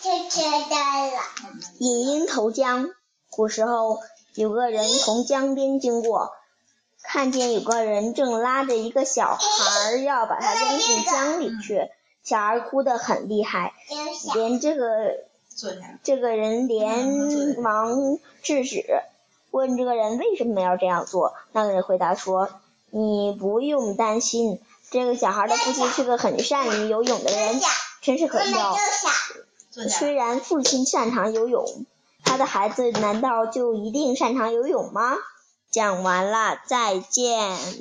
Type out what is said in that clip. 吃到了。引鹰投江。古时候有个人从江边经过，看见有个人正拉着一个小孩儿要把他扔进江里去，小孩哭得很厉害，真想连这个坐下。这个人连忙制止，问这个人为什么要这样做。那个人回答说：“你不用担心，这个小孩的父亲是个很善于游泳的人真，想，真是可妈妈就。笑想，坐下。虽然父亲擅长游泳，他的孩子难道就一定擅长游泳吗？”讲完了，再见。